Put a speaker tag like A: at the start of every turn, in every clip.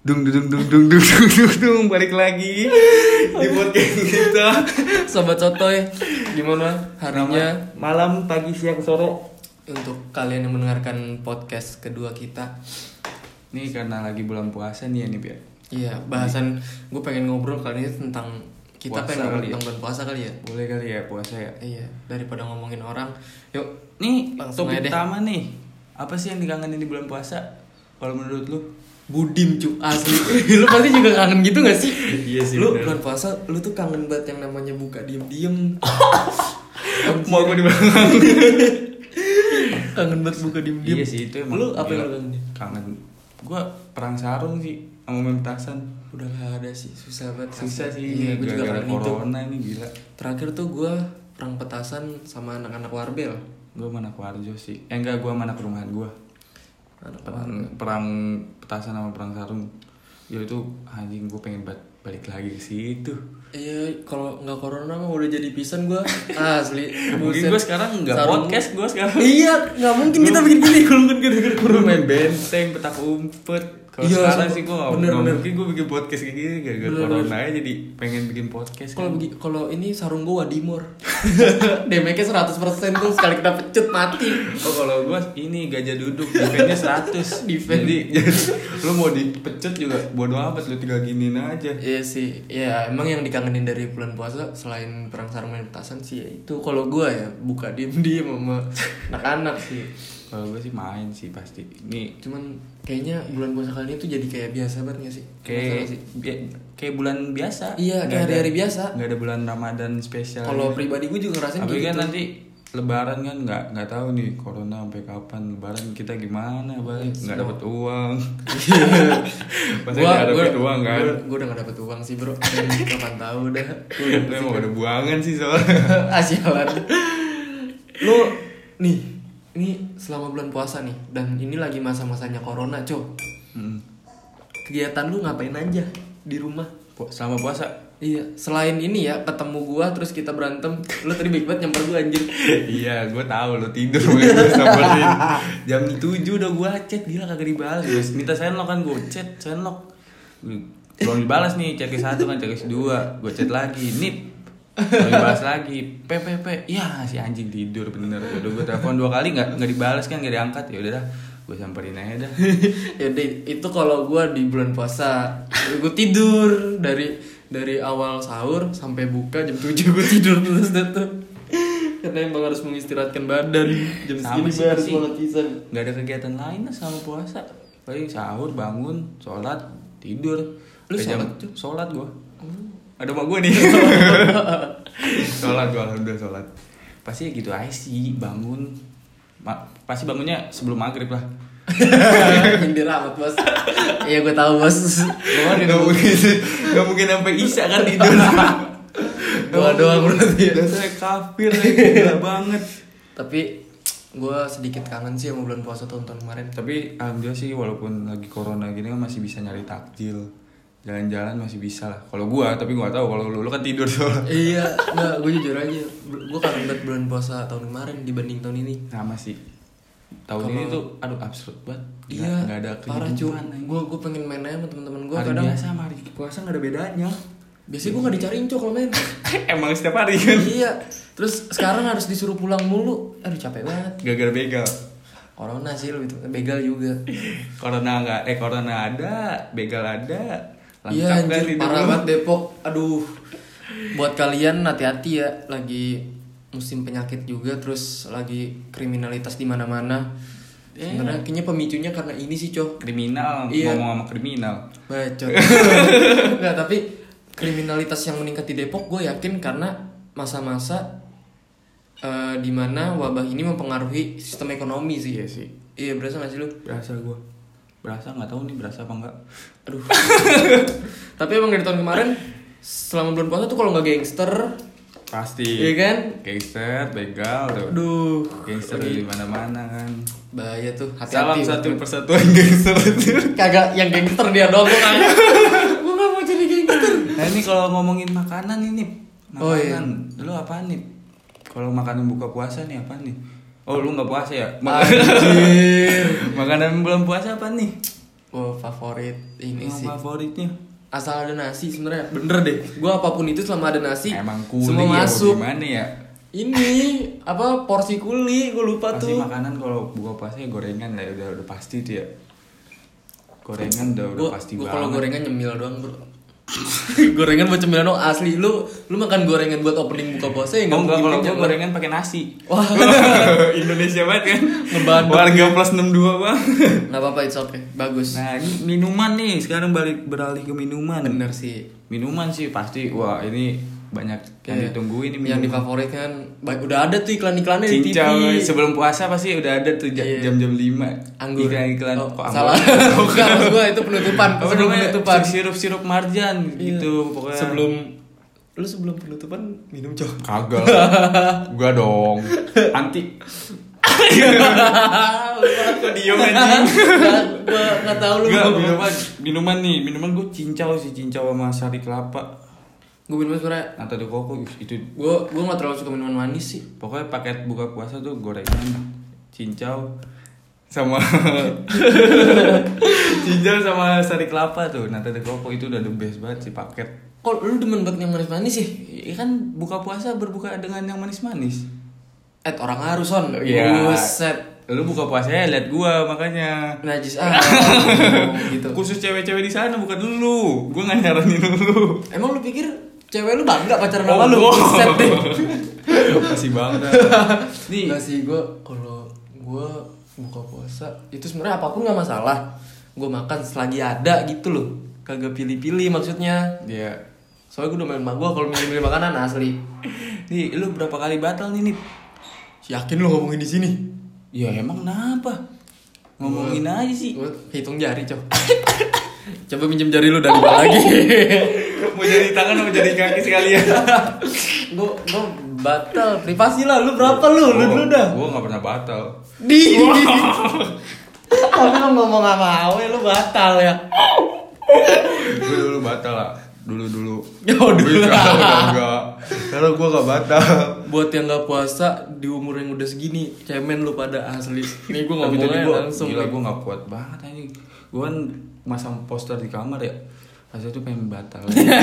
A: Dung dung dung dung dung dung dung dung balik lagi di podcast kita.
B: Sobat Sotoy, gimana harinya
C: Malam, pagi, siang, sore.
B: untuk kalian yang mendengarkan podcast kedua kita?
A: Nih karena lagi bulan puasa nih ya nih biar.
B: Iya, bahasan gue pengen ngobrol kali ini tentang
A: Puasa
B: kita pengen
A: kali
B: ngobrol
A: ya?
B: tentang bulan puasa kali ya.
A: Boleh kali ya puasa ya.
B: Iya, daripada ngomongin orang, yuk
A: Nih
B: Langsung
A: topik
B: aja deh.
A: utama nih. Apa sih yang dikangenin di bulan puasa? Kalau menurut lu?
B: budim cu asli. lu pasti juga kangen gitu gak sih?
A: Iya sih,
B: Lu
A: bener.
B: bulan puasa, lu tuh kangen banget yang namanya buka diem-diem.
A: Mau aku dibangun.
B: kangen banget buka diem-diem.
A: Iya sih itu emang.
B: Lu apa
A: gila.
B: yang lu kangenin?
A: kangen? Gua perang sarung sih sama meme tasan.
B: Udah gak ada sih, susah banget.
A: Susah sih
B: Iya, gue juga
A: gara-gara
B: kangen itu.
A: corona ini gila.
B: Terakhir tuh gue perang petasan sama anak-anak warbel.
A: Gua mana ke Warjo sih. Eh enggak gua mana ke rumahan gua.
B: Anak
A: perang, perang petasan sama perang sarung ya itu anjing gue pengen ba- balik lagi ke situ
B: Iya, kalau nggak corona mah udah jadi pisan gue asli.
A: mungkin
B: Buset.
A: gue sekarang nggak
B: Sarung.
A: podcast gue sekarang
B: Iya, nggak mungkin kita bikin gini kalau bukan gara-gara
A: gue
B: corona.
A: main benteng petak umpet kalau
B: Iya,
A: sekarang
B: sama-
A: sih gue
B: bener,
A: nggak
B: bener.
A: mungkin gue bikin podcast kayak gini gara-gara
B: Bener,
A: corona aja jadi pengen bikin podcast
B: Kalau
A: kan.
B: begi- kalau ini sarung gue wadimor. Damage-nya 100% tuh sekali kita pecut mati.
A: Oh kalau gue ini gajah duduk defense-nya 100
B: Defense.
A: Jadi, jadi lu mau dipecut juga bodo amat lu tinggal giniin aja
B: Iya sih, ya emang yang dikangenin dari bulan puasa selain perang sarung dan petasan sih ya itu kalau gue ya buka diem-diem sama anak-anak sih.
A: Kalau gue sih main sih pasti Ini
B: Cuman kayaknya bulan puasa kali ini tuh jadi kayak biasa banget gak sih? Masalah
A: kayak
B: sih.
A: bi- kayak bulan biasa
B: Iya,
A: Nggak
B: kayak
A: ada-
B: hari-hari biasa.
A: nggak ada bulan ramadan spesial
B: Kalau
A: gitu.
B: pribadi gue juga
A: tapi
B: ngerasain
A: kan
B: kayak gitu.
A: nanti lebaran kan nggak nggak tahu nih corona sampai kapan lebaran kita gimana
B: Iya,
A: balik nggak dapat uang pasti nggak dapat uang kan
B: gua- gua udah gak dapet uang sih bro Dan kapan tahu dah Gua udah
A: gue emang udah buangan sih soalnya
B: Asyalan Lu nih Ini selama bulan puasa nih Dan ini lagi masa-masanya corona co
A: Hmm.
B: Kegiatan lu ngapain aja di rumah
A: Pu- selama puasa
B: Iya, selain ini ya ketemu gua terus kita berantem. Lu tadi baik banget nyamper gua anjir.
A: iya gue tahu lo tidur makanya gua samperin. jam 7 udah gue chat gila kagak dibalas minta senlok kan gue chat senlok belum dibalas nih chat ke satu kan chat ke dua gue chat lagi nip belum dibalas lagi ppp ya si anjing tidur bener udah gue telepon dua kali nggak nggak dibalas kan nggak diangkat ya udah dah gue samperin aja dah
B: Yaudah, itu kalau gua di bulan puasa gue tidur dari dari awal sahur sampai buka jam 7 gue tidur terus dah tuh karena emang harus mengistirahatkan badan jam
A: Sama
B: segini
A: sih,
B: baru
A: sih.
B: sholat pisan
A: nggak ada kegiatan lain lah selama puasa paling sahur bangun sholat tidur
B: Lu
A: Sampai jam, sholat
B: sholat
A: Hmm. gue ada mak gue nih sholat gue alhamdulillah sholat pasti ya gitu aja sih bangun Ma- pasti bangunnya sebelum maghrib lah
B: nyindir amat bos iya gue tahu bos Gua
A: nggak mungkin nggak mungkin sampai isya kan tidur
B: Doa doang berarti ya.
A: dasarnya kafir ya, gila banget
B: tapi gua sedikit kangen sih sama bulan puasa tahun-tahun kemarin
A: tapi alhamdulillah sih walaupun lagi corona gini kan masih bisa nyari takjil jalan-jalan masih bisa lah kalau gua tapi gua gak tahu kalau lu, lu kan tidur soalnya
B: iya nggak gue jujur aja gue kangen banget bulan puasa tahun kemarin dibanding tahun ini
A: sama sih tahun
B: Kalau-
A: ini tuh aduh absurd banget Gila,
B: Iya,
A: nggak ada
B: parah
A: kehidupan
B: cuy.
A: anjing.
B: Gue gue pengen main aja sama teman-teman gue
A: hari
B: kadang.
A: biasa sama hari puasa nggak ada bedanya
B: Biasanya gue gak dicariin cok kalau main.
A: emang setiap hari kan
B: iya. Terus sekarang harus disuruh pulang mulu. Aduh capek banget.
A: gara-gara begal
B: Corona sih lu itu begal juga.
A: corona nggak eh corona ada begal ada
B: Iya
A: lengkap kan
B: anjir
A: hidup
B: parah
A: lu.
B: banget Depok. Aduh. Buat kalian hati-hati ya lagi musim penyakit juga terus lagi kriminalitas di mana-mana.
A: Iya.
B: Sebenarnya kayaknya pemicunya karena ini sih, Cok.
A: kriminal
B: Iya.
A: ngomong sama kriminal
B: Bacot. Enggak, tapi kriminalitas yang meningkat di Depok gue yakin karena masa-masa eh, di dimana wabah ini mempengaruhi sistem ekonomi sih.
A: Iya sih.
B: Iya berasa gak sih lu?
A: berasa gua berasa nggak tahu nih berasa apa enggak
B: Aduh. tapi emang dari tahun kemarin selama bulan puasa tuh kalau nggak gangster,
A: pasti
B: iya kan?
A: gangster begal tuh
B: Aduh.
A: gangster di mana mana kan
B: Bahaya tuh. Hati-hati.
A: salam satu persatuan gangster
B: Kagak yang gangster dia doang gue kagak. gue gak mau jadi gangster.
A: nah ini kalau ngomongin makanan ini makanan
B: Oh, iya.
A: lu apa nih kalau makanan buka puasa nih apa nih oh lu nggak puasa ya
B: Anjir.
A: makanan belum puasa apa nih
B: Wah, favorit ini
A: Yang
B: sih.
A: favoritnya
B: Asal ada nasi sebenarnya bener deh. Gua apapun itu selama ada nasi
A: emang kuli
B: semua
A: ya,
B: masuk.
A: gimana ya
B: Ini apa porsi kuli gue lupa
A: pasti
B: tuh.
A: makanan kalau buka puasanya gorengan lah udah udah pasti tuh ya gorengan udah udah
B: Gue
A: pasti
B: gua
A: banget
B: kalau gorengan nyemil doang, Bro. gorengan buat cemilan doang asli lu lu makan gorengan buat opening buka puasa ya
A: Oh, enggak kalau
B: mungkin
A: gue
B: jangan.
A: gorengan pakai nasi
B: Wah.
A: Indonesia banget kan
B: Ngebandel.
A: warga plus 62 bang
B: nggak apa-apa it's okay bagus
A: nah ini minuman nih sekarang balik beralih ke minuman
B: bener sih
A: minuman sih pasti wah ini banyak yang
B: Iya.
A: ditungguin ini
B: yang
A: minuman.
B: difavoritkan baik udah ada tuh iklan-iklannya di TV
A: cincau eh, sebelum puasa pasti udah ada tuh
B: Iya.
A: ja- jam-jam 5
B: anggur
A: iklan-iklan
B: Oh,
A: kok anggur?
B: salah bukan maksud gua itu penutupan
A: apa
B: sebelum
A: namanya
B: penutupan
A: sirup-sirup marjan gitu pokoknya
B: Iya. sebelum lu sebelum penutupan minum cok
A: kagak gua dong anti
B: Gua diem anjing Gua nggak tahu lu
A: Enggak,
B: gua
A: minuman minuman nih minuman gue cincau sih cincau sama sari kelapa
B: Gua minum sebenernya
A: atau di koko ih, itu
B: gue gue nggak terlalu suka minuman manis sih
A: pokoknya paket buka puasa tuh gorengan cincau sama cincau sama sari kelapa tuh nata de koko itu udah the best banget sih paket
B: kok lu demen banget yang manis-manis sih
A: Iya kan buka puasa berbuka dengan yang manis-manis
B: eh orang harus on
A: Iya.
B: buset
A: lu buka puasanya lihat gua makanya
B: najis ah gitu
A: khusus cewek-cewek di sana bukan lu gua nggak nyaranin lu
B: Emang lu pikir cewek lu bangga pacaran sama lu?
A: Oh,
B: Buset deh.
A: masih banget nih
B: Enggak sih gue kalau gue buka puasa itu sebenarnya apapun nggak masalah. Gue makan selagi ada gitu loh. Kagak pilih-pilih maksudnya.
A: dia
B: Soalnya gue udah main sama gue kalau milih-milih makanan asli.
A: nih lu berapa kali batal nih nih
B: Yakin lu ngomongin di sini?
A: ya emang kenapa ngomongin aja sih
B: Gue hitung jari cok. Coba pinjam jari lu dan gue lagi.
A: mau jadi tangan mau jadi kaki sekalian
B: Gue gue batal privasi lah. Lu berapa lu? Lu dulu dah.
A: gua nggak pernah batal
B: Di. Tapi lu ngomong sama Awe lu batal ya.
A: gua dulu batal lah dulu dulu
B: Oh, dulu.
A: Sekarang udah enggak sekarang gua nggak batal
B: Buat yang nggak puasa di umur yang udah segini, cemen lu pada asli. Nih gue
A: Tapi tadi
B: ngomongnya
A: gua,
B: langsung.
A: gila gua nggak kuat banget anjing gua kan masang poster di kamar ya rasanya tuh pengen batal
B: Iya,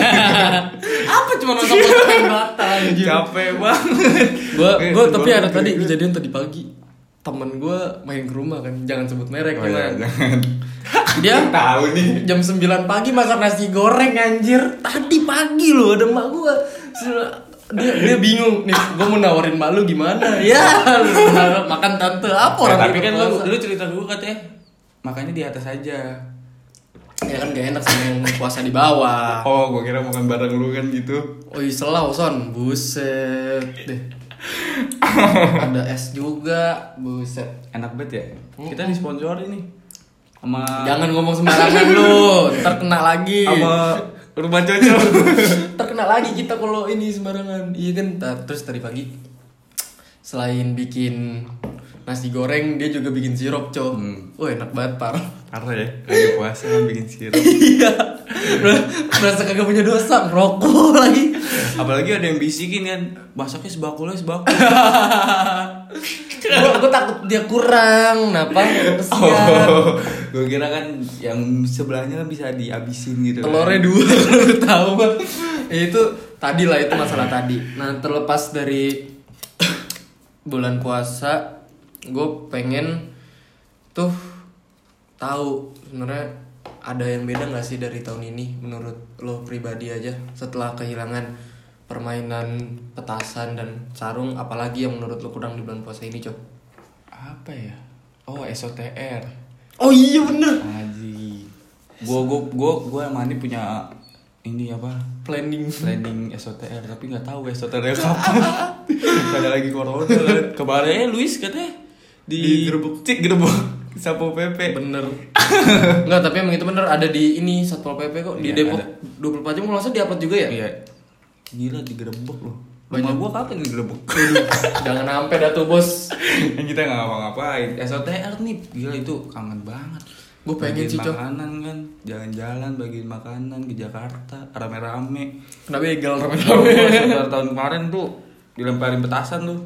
B: Apa cuma nonton yang batal anjir.
A: capek banget
B: Gue
A: Eh,
B: gue tapi
A: baru
B: ada tadi
A: keringet.
B: kejadian tadi pagi. Temen gue main ke rumah kan, jangan sebut merek
A: Oh,
B: ya,
A: iya,
B: kan.
A: jangan.
B: Dia
A: tahu nih
B: jam 9 pagi masak nasi goreng anjir. Tadi pagi loh ada emak gue. Dia, dia bingung nih gue mau nawarin mak lu gimana ya lu makan tante apa
A: Ya,
B: orang gitu?
A: tapi
B: lagi
A: kan lu
B: puasa?
A: dulu cerita gue katanya makanya di atas aja.
B: ya kan gak enak sama yang puasa di bawah
A: Oh, gue kira makan bareng lu kan gitu.
B: Oi selau son, buset deh. Ada es juga, buset.
A: Enak banget ya. Kita disponsori nih sama
B: Jangan ngomong sembarangan lu, ntar kena lagi.
A: sama rumah Jojo.
B: Ntar kena lagi kita kalau ini sembarangan. Iya kan? Nah, Terus tadi pagi selain bikin nasi goreng, dia juga bikin sirup, Cok. Wah, enak banget, parah.
A: Parah ya, lagi puasa kan bikin sirup.
B: Iya. Merasa kagak punya dosa, ngerokok lagi.
A: Apalagi ada yang bisikin kan, masaknya sebakul ya sebakul.
B: Gue takut dia kurang, napa? Kesian.
A: Oh, gue kira kan yang sebelahnya kan bisa dihabisin gitu. kan.
B: telurnya dua kalau lu tahu mah Ya, itu tadi lah itu masalah tadi nah terlepas dari bulan puasa gue pengen tuh tahu sebenarnya ada yang beda nggak sih dari tahun ini menurut lo pribadi aja setelah kehilangan permainan petasan dan sarung apalagi yang menurut lo kurang di bulan puasa ini cok
A: Apa ya? Oh, SOTR.
B: oh iya bener
A: Aji. Gua gua gua gua sama Ani punya ini apa?
B: planning
A: Planning SOTR tapi nggak tahu SOTR kapan. Gak ada lagi corona kan. Kemarin Luis katanya di, gerbuk cik gerbuk Sapo PP.
B: Bener. Enggak, tapi emang itu bener ada di ini Satpol PP kok di
A: Iya,
B: Depok 24 jam kalau nggak salah diapet juga ya?
A: Iya. Gila digerebek loh. Rumah
B: Banyak.
A: gua kapan digerebek?
B: Jangan sampai dah tuh, Bos.
A: Yang kita nggak ngapa-ngapain. SOTR nih gila itu kangen banget.
B: Gua pengen
A: Bagiin
B: sih, Cok.
A: makanan kan, jalan-jalan bagiin makanan ke Jakarta, rame-rame.
B: Kena begal
A: Gua
B: rame-rame.
A: SOTR tahun kemarin tuh dilemparin petasan tuh.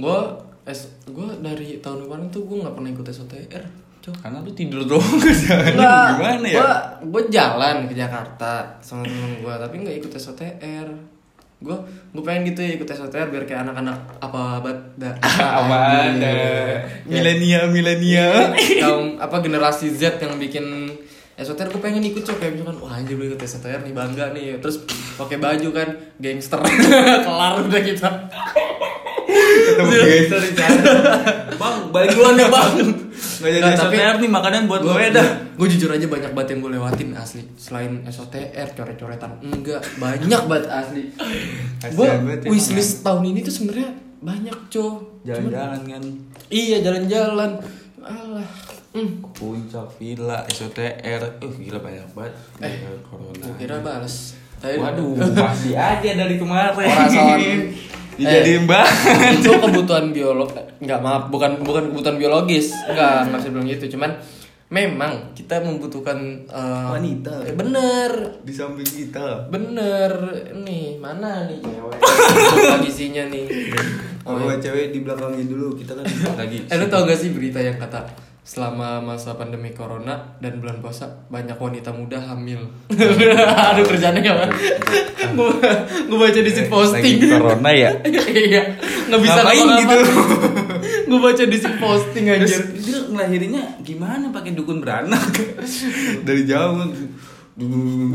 B: Gua es gua dari tahun kemarin tuh gua nggak pernah ikut SOTR. Cok.
A: Karena lu tidur doang kerjaan lu gimana ya?
B: Gua, gua jalan ke Jakarta sama temen gua, tapi nggak ikut SOTR. Gua gua pengen gitu ya ikut SOTR biar kayak anak-anak apa Iya. abad dah.
A: Apaan? eh, Milenial, milenial.
B: Kaum apa generasi Z yang bikin SOTR gua pengen ikut cok kayak misalkan wah anjir gua ikut SOTR nih bangga nih terus pakai baju kan gangster kelar udah kita
A: Ketemu gangster di sana. Iya, Bang,
B: balik duluan ya bang
A: Nggak jadi SOTR nih, makanan buat gue dah.
B: gue jujur aja banyak banget yang gue lewatin asli selain SOTR coret-coretan enggak banyak banget asli
A: Kasihan
B: gue
A: banget ya,
B: wishlist tahun ini tuh sebenarnya banyak co
A: Jalan-jalan kan.
B: iya jalan-jalan alah hmm.
A: Ke Puncak, villa, SOTR. Eh, gila banyak banget. Eh, corona.
B: gue kira balas Tapi-
A: Waduh, masih aja dari kemarin.
B: Perasaan.
A: Dijadiin banget.
B: itu kebutuhan biolog nggak maaf bukan bukan kebutuhan biologis nggak nggak bisa bilang gitu cuman memang kita membutuhkan eh,
A: Wanita.
B: eh, bener
A: Di samping kita.
B: Bener nih, mana nih cewek? Coba isinya nih. Oh,
C: Kalau
B: iya.
C: cewek di belakangnya dulu kita kan
A: Lagi.
B: Eh lu tau gak sih berita yang kata selama masa pandemi corona dan bulan puasa banyak wanita muda hamil. Aduh kerjanya gak Gue gue baca di sit posting.
A: Lagi corona ya.
B: Iya, nggak bisa
A: Ngapain
B: ngapa-ngapa.
A: gitu?
B: Gue baca di sit posting
A: Terus
B: anjir.
A: dia ngelahirinnya gimana pakai dukun beranak? Dari jauh.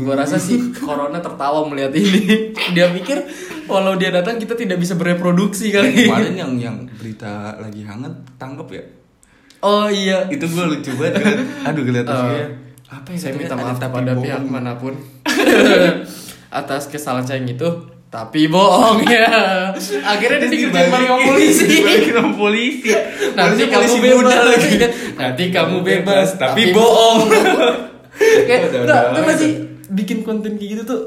B: Gue rasa sih corona tertawa melihat ini. Dia pikir walau dia datang kita tidak bisa bereproduksi kali.
A: Eh, Kemarin yang yang berita lagi hangat tangkep ya.
B: Oh iya.
A: Itu gue lucu banget. Gua- Aduh kelihatan
B: Eh,
A: sih.
B: apa ya saya
A: Tapi
B: minta
A: ada
B: maaf
A: tapi
B: pada
A: bohong.
B: pihak manapun atas kesalahan saya yang itu tapi bohong ya akhirnya dia dikerjain balik sama polisi
A: Dibalikin sama polisi.
B: nanti
A: Harusnya
B: kamu
A: polisi muda
B: bebas
A: lagi.
B: nanti kamu bebas
A: tapi bohong.
B: kayak
A: Udah,
B: nggak,
A: udah.
B: lu masih bikin konten kayak gitu tuh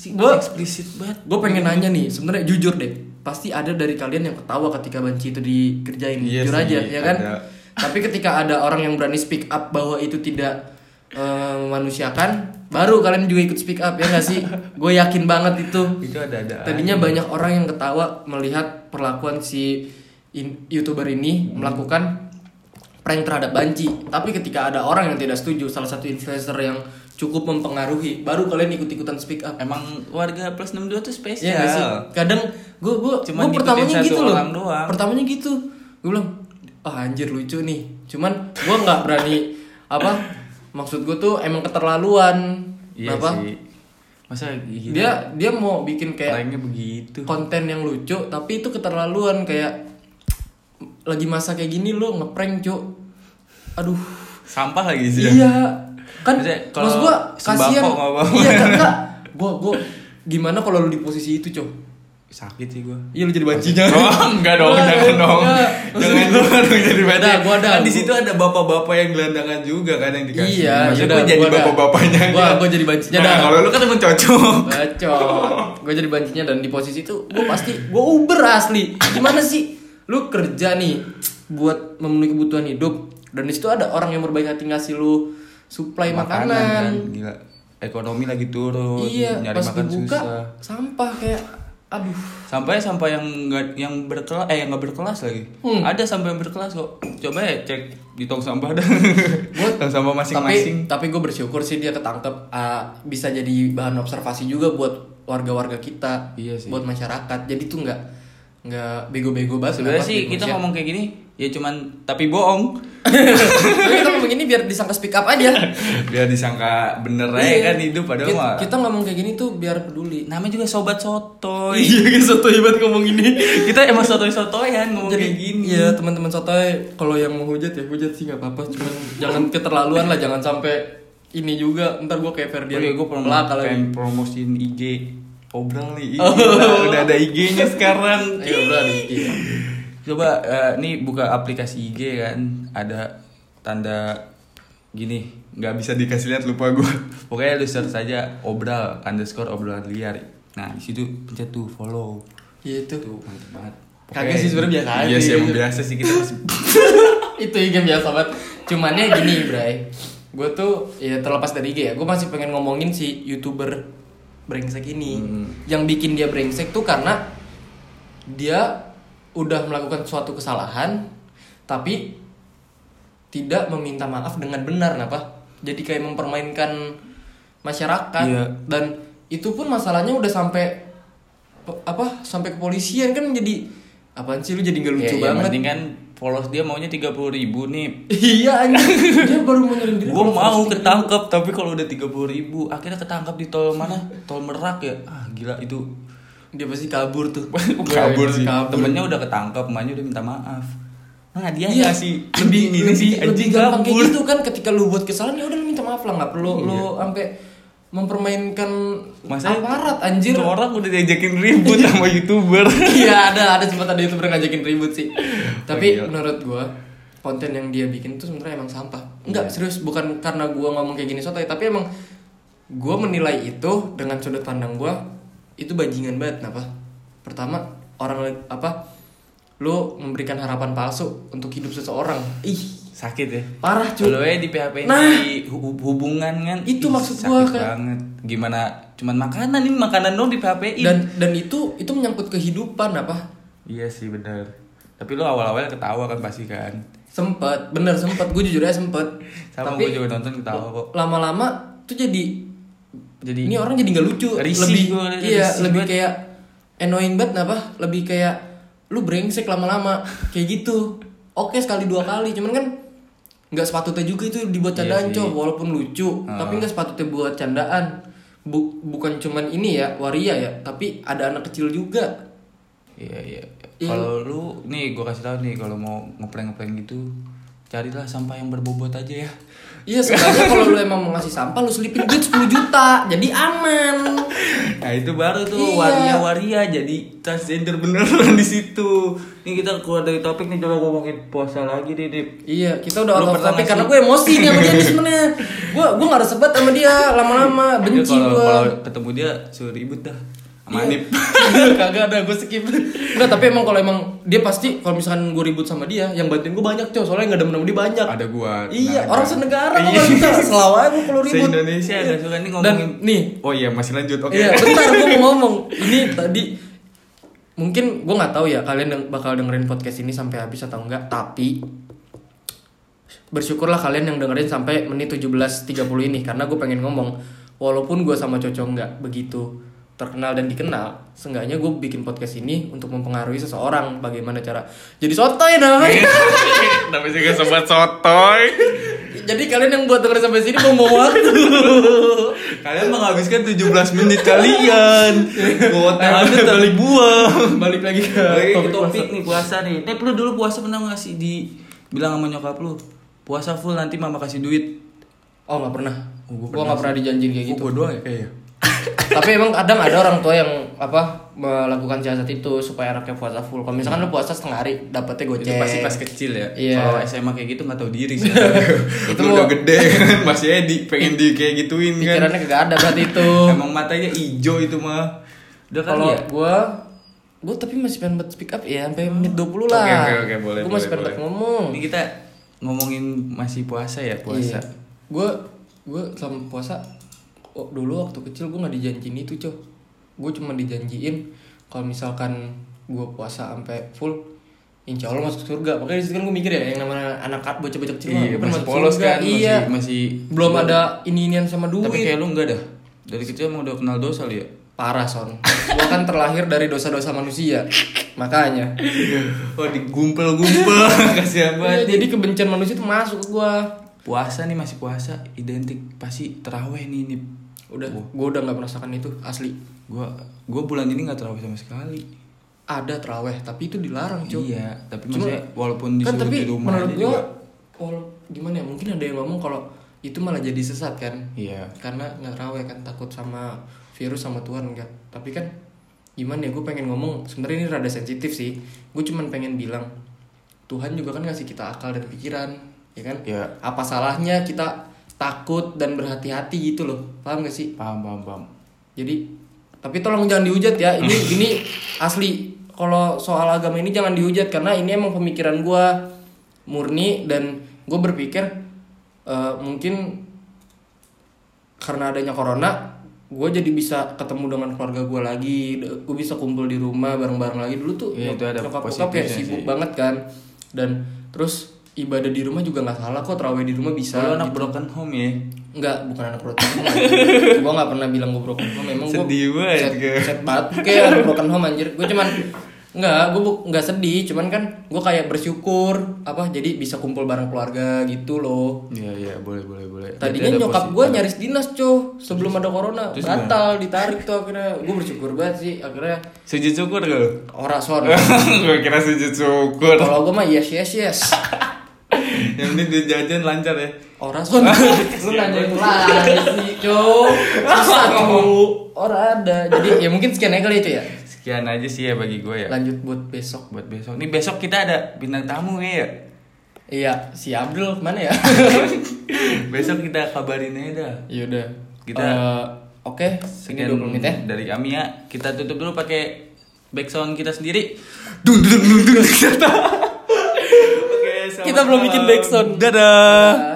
A: Gue
B: Gua-
A: eksplisit banget.
B: gue pengen nanya nih sebenarnya jujur deh pasti ada dari kalian yang ketawa ketika banci itu dikerjain
A: Iya
B: jujur
A: sih,
B: aja ya kan
A: ada.
B: tapi ketika ada orang yang berani speak up bahwa itu tidak eh, memanusiakan baru kalian juga ikut speak up ya nggak sih gue yakin banget itu
A: Itu ada-ada.
B: tadinya banyak orang yang ketawa melihat perlakuan si in- youtuber ini
A: Hmm.
B: melakukan prank terhadap banci tapi ketika ada orang yang tidak setuju salah satu influencer yang cukup mempengaruhi baru kalian ikut-ikutan speak up
A: Emang warga plus 62 tuh
B: Iya
A: spesial.
B: nggak sih? Kadang gue gue
A: Cuman ngikutin
B: pertamanya
A: satu
B: gitu loh.
A: orang doang.
B: Pertamanya gitu. Gue bilang, "Ah, anjir lucu nih." Cuman gue nggak berani apa? Maksud gue tuh emang keterlaluan.
A: Iya
B: apa?
A: sih. Masa gila.
B: Dia dia mau bikin kayak
A: Pranknya begitu.
B: konten yang lucu tapi itu keterlaluan kayak lagi masa kayak gini lo ngeprank, Cuk. Aduh.
A: Sampah lagi sih.
B: Iya. Kan
A: Maksudnya, kalau
B: maksud gua
A: sembako
B: kasihan.
A: nggak apa-apa.
B: Iya, kan enggak. Gua gua gimana kalau lu di posisi itu, Cuk?
A: Sakit sih gue.
B: Iya lu jadi bancinya.
A: Oh, enggak dong,
B: Enggak,
A: jangan dong.
B: enggak.
A: Jangan dong jadi
B: Gua
A: beda.
B: ada, gua ada.
A: Kan di situ ada bapak-bapak yang gelandangan juga kan yang dikasih.
B: Iya,
A: Maksudnya
B: yaudah,
A: gua jadi
B: gua ada.
A: bapak-bapaknya.
B: Gua-
A: aja.
B: gua jadi bancinya
A: Nah,
B: dah.
A: kalau lu kan emang cocok.
B: Bacot. Gue jadi bancinya dan di posisi itu gue pasti gue uber asli. Gimana sih? Lu kerja nih buat memenuhi kebutuhan hidup dan di situ ada orang yang berbaik hati ngasih lu suplai
A: kan,
B: makanan.
A: gila. Ekonomi lagi turun,
B: Iya,
A: nyari
B: pas
A: makan
B: dibuka
A: susah.
B: sampah kayak aduh.
A: Sampai sampai yang enggak yang berkelas eh yang enggak berkelas lagi.
B: Hmm.
A: Ada sampai yang berkelas kok. Coba ya cek di tong sampah dah.
B: Gua-
A: tong sampah masing-masing.
B: Tapi, tapi gue bersyukur sih dia ketangkep ah, bisa jadi bahan observasi juga buat warga-warga kita,
A: Iya sih.
B: buat masyarakat. Jadi tuh nggak nggak bego-bego banget.
A: Sebenarnya
B: kenapa
A: sih kita
B: Indonesia.
A: ngomong kayak gini ya cuman tapi bohong.
B: Tapi kita ngomong gini biar disangka speak up aja.
A: Biar disangka bener aja
B: Iya.
A: kan hidup padahal
B: kita,
A: mah.
B: kita ngomong kayak gini tuh biar peduli.
A: Namanya juga sobat sotoy.
B: Iya, kayak sotoy banget ngomong ini.
A: kita emang sotoy-sotoyan ngomong kayak gini
B: Ya teman-teman sotoy, kalau yang mau hujat ya hujat sih nggak apa-apa. Cuman jangan keterlaluan lah, jangan sampai ini juga. Ntar gue kayak Ferdian.
A: Dia gue pernah
B: Lah, kalau
A: pengen promosiin IG Obral nih IG lah, udah ada IG-nya sekarang.
B: Ayo, bro, ada dikit.
A: Coba eh, nih buka aplikasi IG kan, ada tanda gini nggak bisa dikasih lihat lupa gue pokoknya lu search aja obral underscore obrolan liar nah di situ pencet tuh follow
B: Ya, itu.
A: tuh mantep banget
B: Kagak sih, sebenarnya biasa aja.
A: iya sih emang biasa Iya, sih kita masih
B: itu IG biasa banget cuman ya gini Bray gue tuh ya terlepas dari IG ya gue masih pengen ngomongin si youtuber brengsek ini
A: Hmm.
B: yang bikin dia brengsek tuh karena dia udah melakukan suatu kesalahan tapi tidak meminta maaf dengan benar napa jadi kayak mempermainkan masyarakat
A: Iya.
B: dan itu pun masalahnya udah sampai pe- apa sampai kepolisian kan jadi apaan sih lu jadi nggak lucu
A: ya, yang
B: banget
A: penting kan polos dia maunya 30.000 ribu nih
B: iya anjing dia baru mau nyuruh diri
A: gue mau ketangkap tapi kalau udah 30.000 ribu akhirnya ketangkap di tol mana tol merak ya ah gila itu
B: dia pasti kabur tuh
A: kabur sih
B: kabur.
A: temennya udah ketangkap emaknya udah minta maaf nah dia ya
B: Iya.
A: sih lebih ini sih
B: lebih
A: anjing
B: gampang kayak
A: kabur
B: gitu kan ketika lu buat kesalahan ya udah lu minta maaf lah nggak perlu
A: Iya.
B: lu sampai mempermainkan
A: Masa
B: aparat anjir
A: Itu orang udah diajakin ribut sama youtuber
B: iya ada ada sempat ada youtuber ngajakin ribut sih tapi
A: Gila.
B: menurut gua konten yang dia bikin itu sebenarnya emang sampah
A: Iya.
B: enggak serius bukan karena gua ngomong kayak gini sotoy tapi emang gua menilai itu dengan sudut pandang gua itu bajingan banget kenapa pertama orang lagi- apa lu memberikan harapan palsu untuk hidup seseorang ih
A: sakit ya
B: parah cuy
A: Kalau ya di PHP
B: Nah.
A: di hu- hubungan kan
B: Itu
A: ih,
B: maksud
A: sakit
B: gua kan.
A: banget gimana cuman makanan ini makanan dong di PHP
B: dan dan itu itu menyangkut kehidupan apa
A: iya sih benar tapi lu awal-awal ketawa kan pasti kan
B: sempet bener sempet gue jujur aja sempet
A: sama
B: tapi
A: gue juga nonton ketawa kok
B: lama-lama tuh jadi
A: jadi
B: ini orang jadi nggak lucu
A: Iya. Risih
B: lebih
A: gua ngeliatnya,
B: iya
A: risih
B: lebih
A: banget.
B: kayak annoying banget apa lebih kayak lu brengsek lama-lama kayak gitu oke sekali dua kali cuman kan nggak sepatutnya juga itu dibuat
A: Iya
B: candaan
A: sih.
B: cow walaupun lucu tapi nggak sepatutnya buat candaan Bu- bukan cuman ini ya waria ya tapi ada anak kecil juga
A: Iya iya.
B: Iya.
A: Kalau lu nih gue kasih tau nih kalau mau ngeprank ngeprank gitu carilah sampah yang berbobot aja ya.
B: Iya, sebenarnya kalau lu emang mau ngasih sampah lu selipin duit 10 juta, jadi aman.
A: Nah itu baru tuh
B: Iya.
A: waria-waria jadi transgender beneran di situ. Ini kita keluar dari topik nih coba ngomongin puasa lagi deh Dip.
B: Iya, kita udah
A: Lu
B: out of
A: pernah
B: topic
A: ngasih-
B: karena gue emosi nih sama dia nih sebenarnya. Gue gue nggak resep banget sama dia lama-lama
A: Dia
B: benci
A: Iya,
B: Iya.
A: kalau
B: gue.
A: kalau ketemu dia suruh ribut dah. Sama Anip.
B: Kagak ada, gue skip. Enggak, tapi emang kalau emang dia pasti kalau misalkan gue ribut sama dia, yang bantuin gue banyak coy, soalnya nggak ada menemu dia banyak.
A: Ada gua. Nah,
B: Iya,
A: tenang
B: orang
A: aja.
B: senegara kok nggak bisa selawanya gue kalau ribut.
A: Se-Indonesia
B: Iya.
A: gak suka nih
B: Dan
A: ngomongin.
B: nih,
A: Oh iya masih lanjut. Oke.
B: Iya, bentar gue mau ngomong. Ini tadi mungkin gue nggak tahu ya kalian deng- bakal dengerin podcast ini sampai habis atau enggak, tapi bersyukurlah kalian yang dengerin sampai menit 17.30 ini karena gue pengen ngomong walaupun gue sama Coco nggak begitu terkenal dan dikenal seenggaknya gue bikin podcast ini untuk mempengaruhi seseorang bagaimana cara jadi sotoy namanya
A: Tapi juga sobat sotoy.
B: jadi kalian yang buat dengerin sampai sini mau mau waktu
A: Kalian menghabiskan 17 menit kalian. Kuota Anda terbuang.
B: Eh, balik lagi ke
A: Oke,
B: topik
A: topik, nih puasa nih. Tapi lu dulu puasa pernah nggak sih di bilang sama nyokap lu puasa full nanti mama kasih duit.
B: Oh nggak pernah.
A: Oh, gua
B: gua nggak pernah dijanjin kayak gitu.
A: gue doang ya kayaknya.
B: Tapi emang kadang ada orang tua yang apa melakukan jasad itu supaya anaknya puasa full. Kalau misalkan lu puasa setengah hari, dapetnya
A: Itu
B: gojek.
A: pasti pas kecil ya.
B: Iya.
A: Kalau SMA kayak gitu nggak tahu diri sih.
B: Itu
A: itu
B: mau-
A: udah gede kan masih edi pengen di kayak gituin kan.
B: Pikirannya kagak ada berarti itu.
A: Emang matanya hijau itu mah. Udah kali
B: Kalau
A: ya.
B: gua gua tapi masih pengen buat speak up ya sampai menit
A: Oke, oke,
B: 20 lah.
A: oke, boleh, boleh,
B: Gua masih pengen buat
A: boleh.
B: ngomong.
A: Ini kita ngomongin masih puasa ya puasa.
B: Iya. Gua gua selama puasa oh, dulu waktu kecil gua nggak dijanjiin itu, Cok. Gua cuma dijanjiin kalau misalkan gua puasa sampai full Insya Allah masuk surga Makanya disitu kan gue mikir ya Yang namanya anak kat bocah-bocah kecil mah,
A: Iya,
B: gua pengen
A: masih
B: masuk
A: polos
B: surga.
A: kan,
B: Iya
A: masih masih
B: Belum ada ini-inian sama duit
A: Tapi kayak lu enggak dah. Dari kecil emang udah kenal dosa lu ya.
B: Parah son Gue kan terlahir dari dosa-dosa manusia Makanya
A: Oh digumpel-gumpel kasihan
B: Iya,
A: banget.
B: Jadi kebencian manusia itu masuk ke gue
A: Puasa nih masih puasa identik pasti teraweh nih nih.
B: Udah Gue udah gak merasakan itu Asli
A: Gua gua bulan ini nggak teraweh sama sekali.
B: Ada teraweh Tapi itu dilarang cuy
A: Iya, tapi
B: Cuma-
A: maksudnya walaupun disuruh
B: kan tapi
A: di rumah
B: menurut
A: aja
B: gua
A: juga.
B: wala- gimana ya mungkin ada yang ngomong kalau itu malah jadi sesat kan
A: Iya.
B: karena nggak terawih kan takut sama virus sama Tuhan enggak tapi kan gimana ya gue pengen ngomong sebenarnya ini rada sensitif sih gue cuman pengen bilang Tuhan juga kan ngasih kita akal dan pikiran ya kan
A: Iya.
B: apa salahnya kita takut dan berhati-hati gitu loh paham gak sih
A: Paham, paham, paham.
B: jadi tapi tolong jangan dihujat ya. Ini ini asli kalau soal agama ini jangan dihujat karena ini emang pemikiran gua murni dan gue berpikir eh, mungkin karena adanya corona gue jadi bisa ketemu dengan keluarga gue lagi gue bisa kumpul di rumah bareng-bareng lagi dulu tuh
A: Iya, itu ada
B: nyokap- nyokap
A: positifnya
B: kayak sibuk
A: sih.
B: banget kan dan terus ibadah di rumah juga nggak salah kok terawih di rumah bisa
A: Kalau anak broken home ya.
B: Enggak, bukan anak broken home. gue gak pernah bilang gue broken home. Memang gue
A: Sedih banget, gue.
B: Set, set banget kayak anak broken home anjir. Gue cuman Enggak, gue nggak sedih, cuman kan gue kayak bersyukur apa jadi bisa kumpul bareng keluarga gitu loh.
A: Iya iya boleh boleh boleh.
B: Tadinya
A: Berarti ada
B: nyokap
A: posi-
B: gue nyaris dinas cuy sebelum ada corona
A: terus
B: batal ditarik tuh akhirnya gue bersyukur banget sih akhirnya
A: Sujud syukur gak lu?
B: ora son.
A: Gue kira sujud syukur.
B: Kalau gue mah yes yes yes.
A: Yang penting duit jajan lancar ya.
B: Ora son. Lu nanya itu lagi sih cuy. Susah cuy. Ora ada. Jadi ya mungkin sekian aja kali itu ya.
A: Sekian aja sih ya bagi gue ya.
B: lanjut buat besok
A: Buat besok. Nih besok kita ada bintang tamu ya.
B: iya si Abdul mana ya
A: besok kita kabarin aja dah.
B: yaudah
A: Kita-
B: Eh, oke segini
A: Sekian
B: 20 menit ya
A: dari kami ya. Kita tutup dulu pakai background kita sendiri. Dun dun dun dun. dun. Oke, selamat
B: Kita belum bikin
A: malam.
B: backsound.
A: Dadah.
B: Dadah.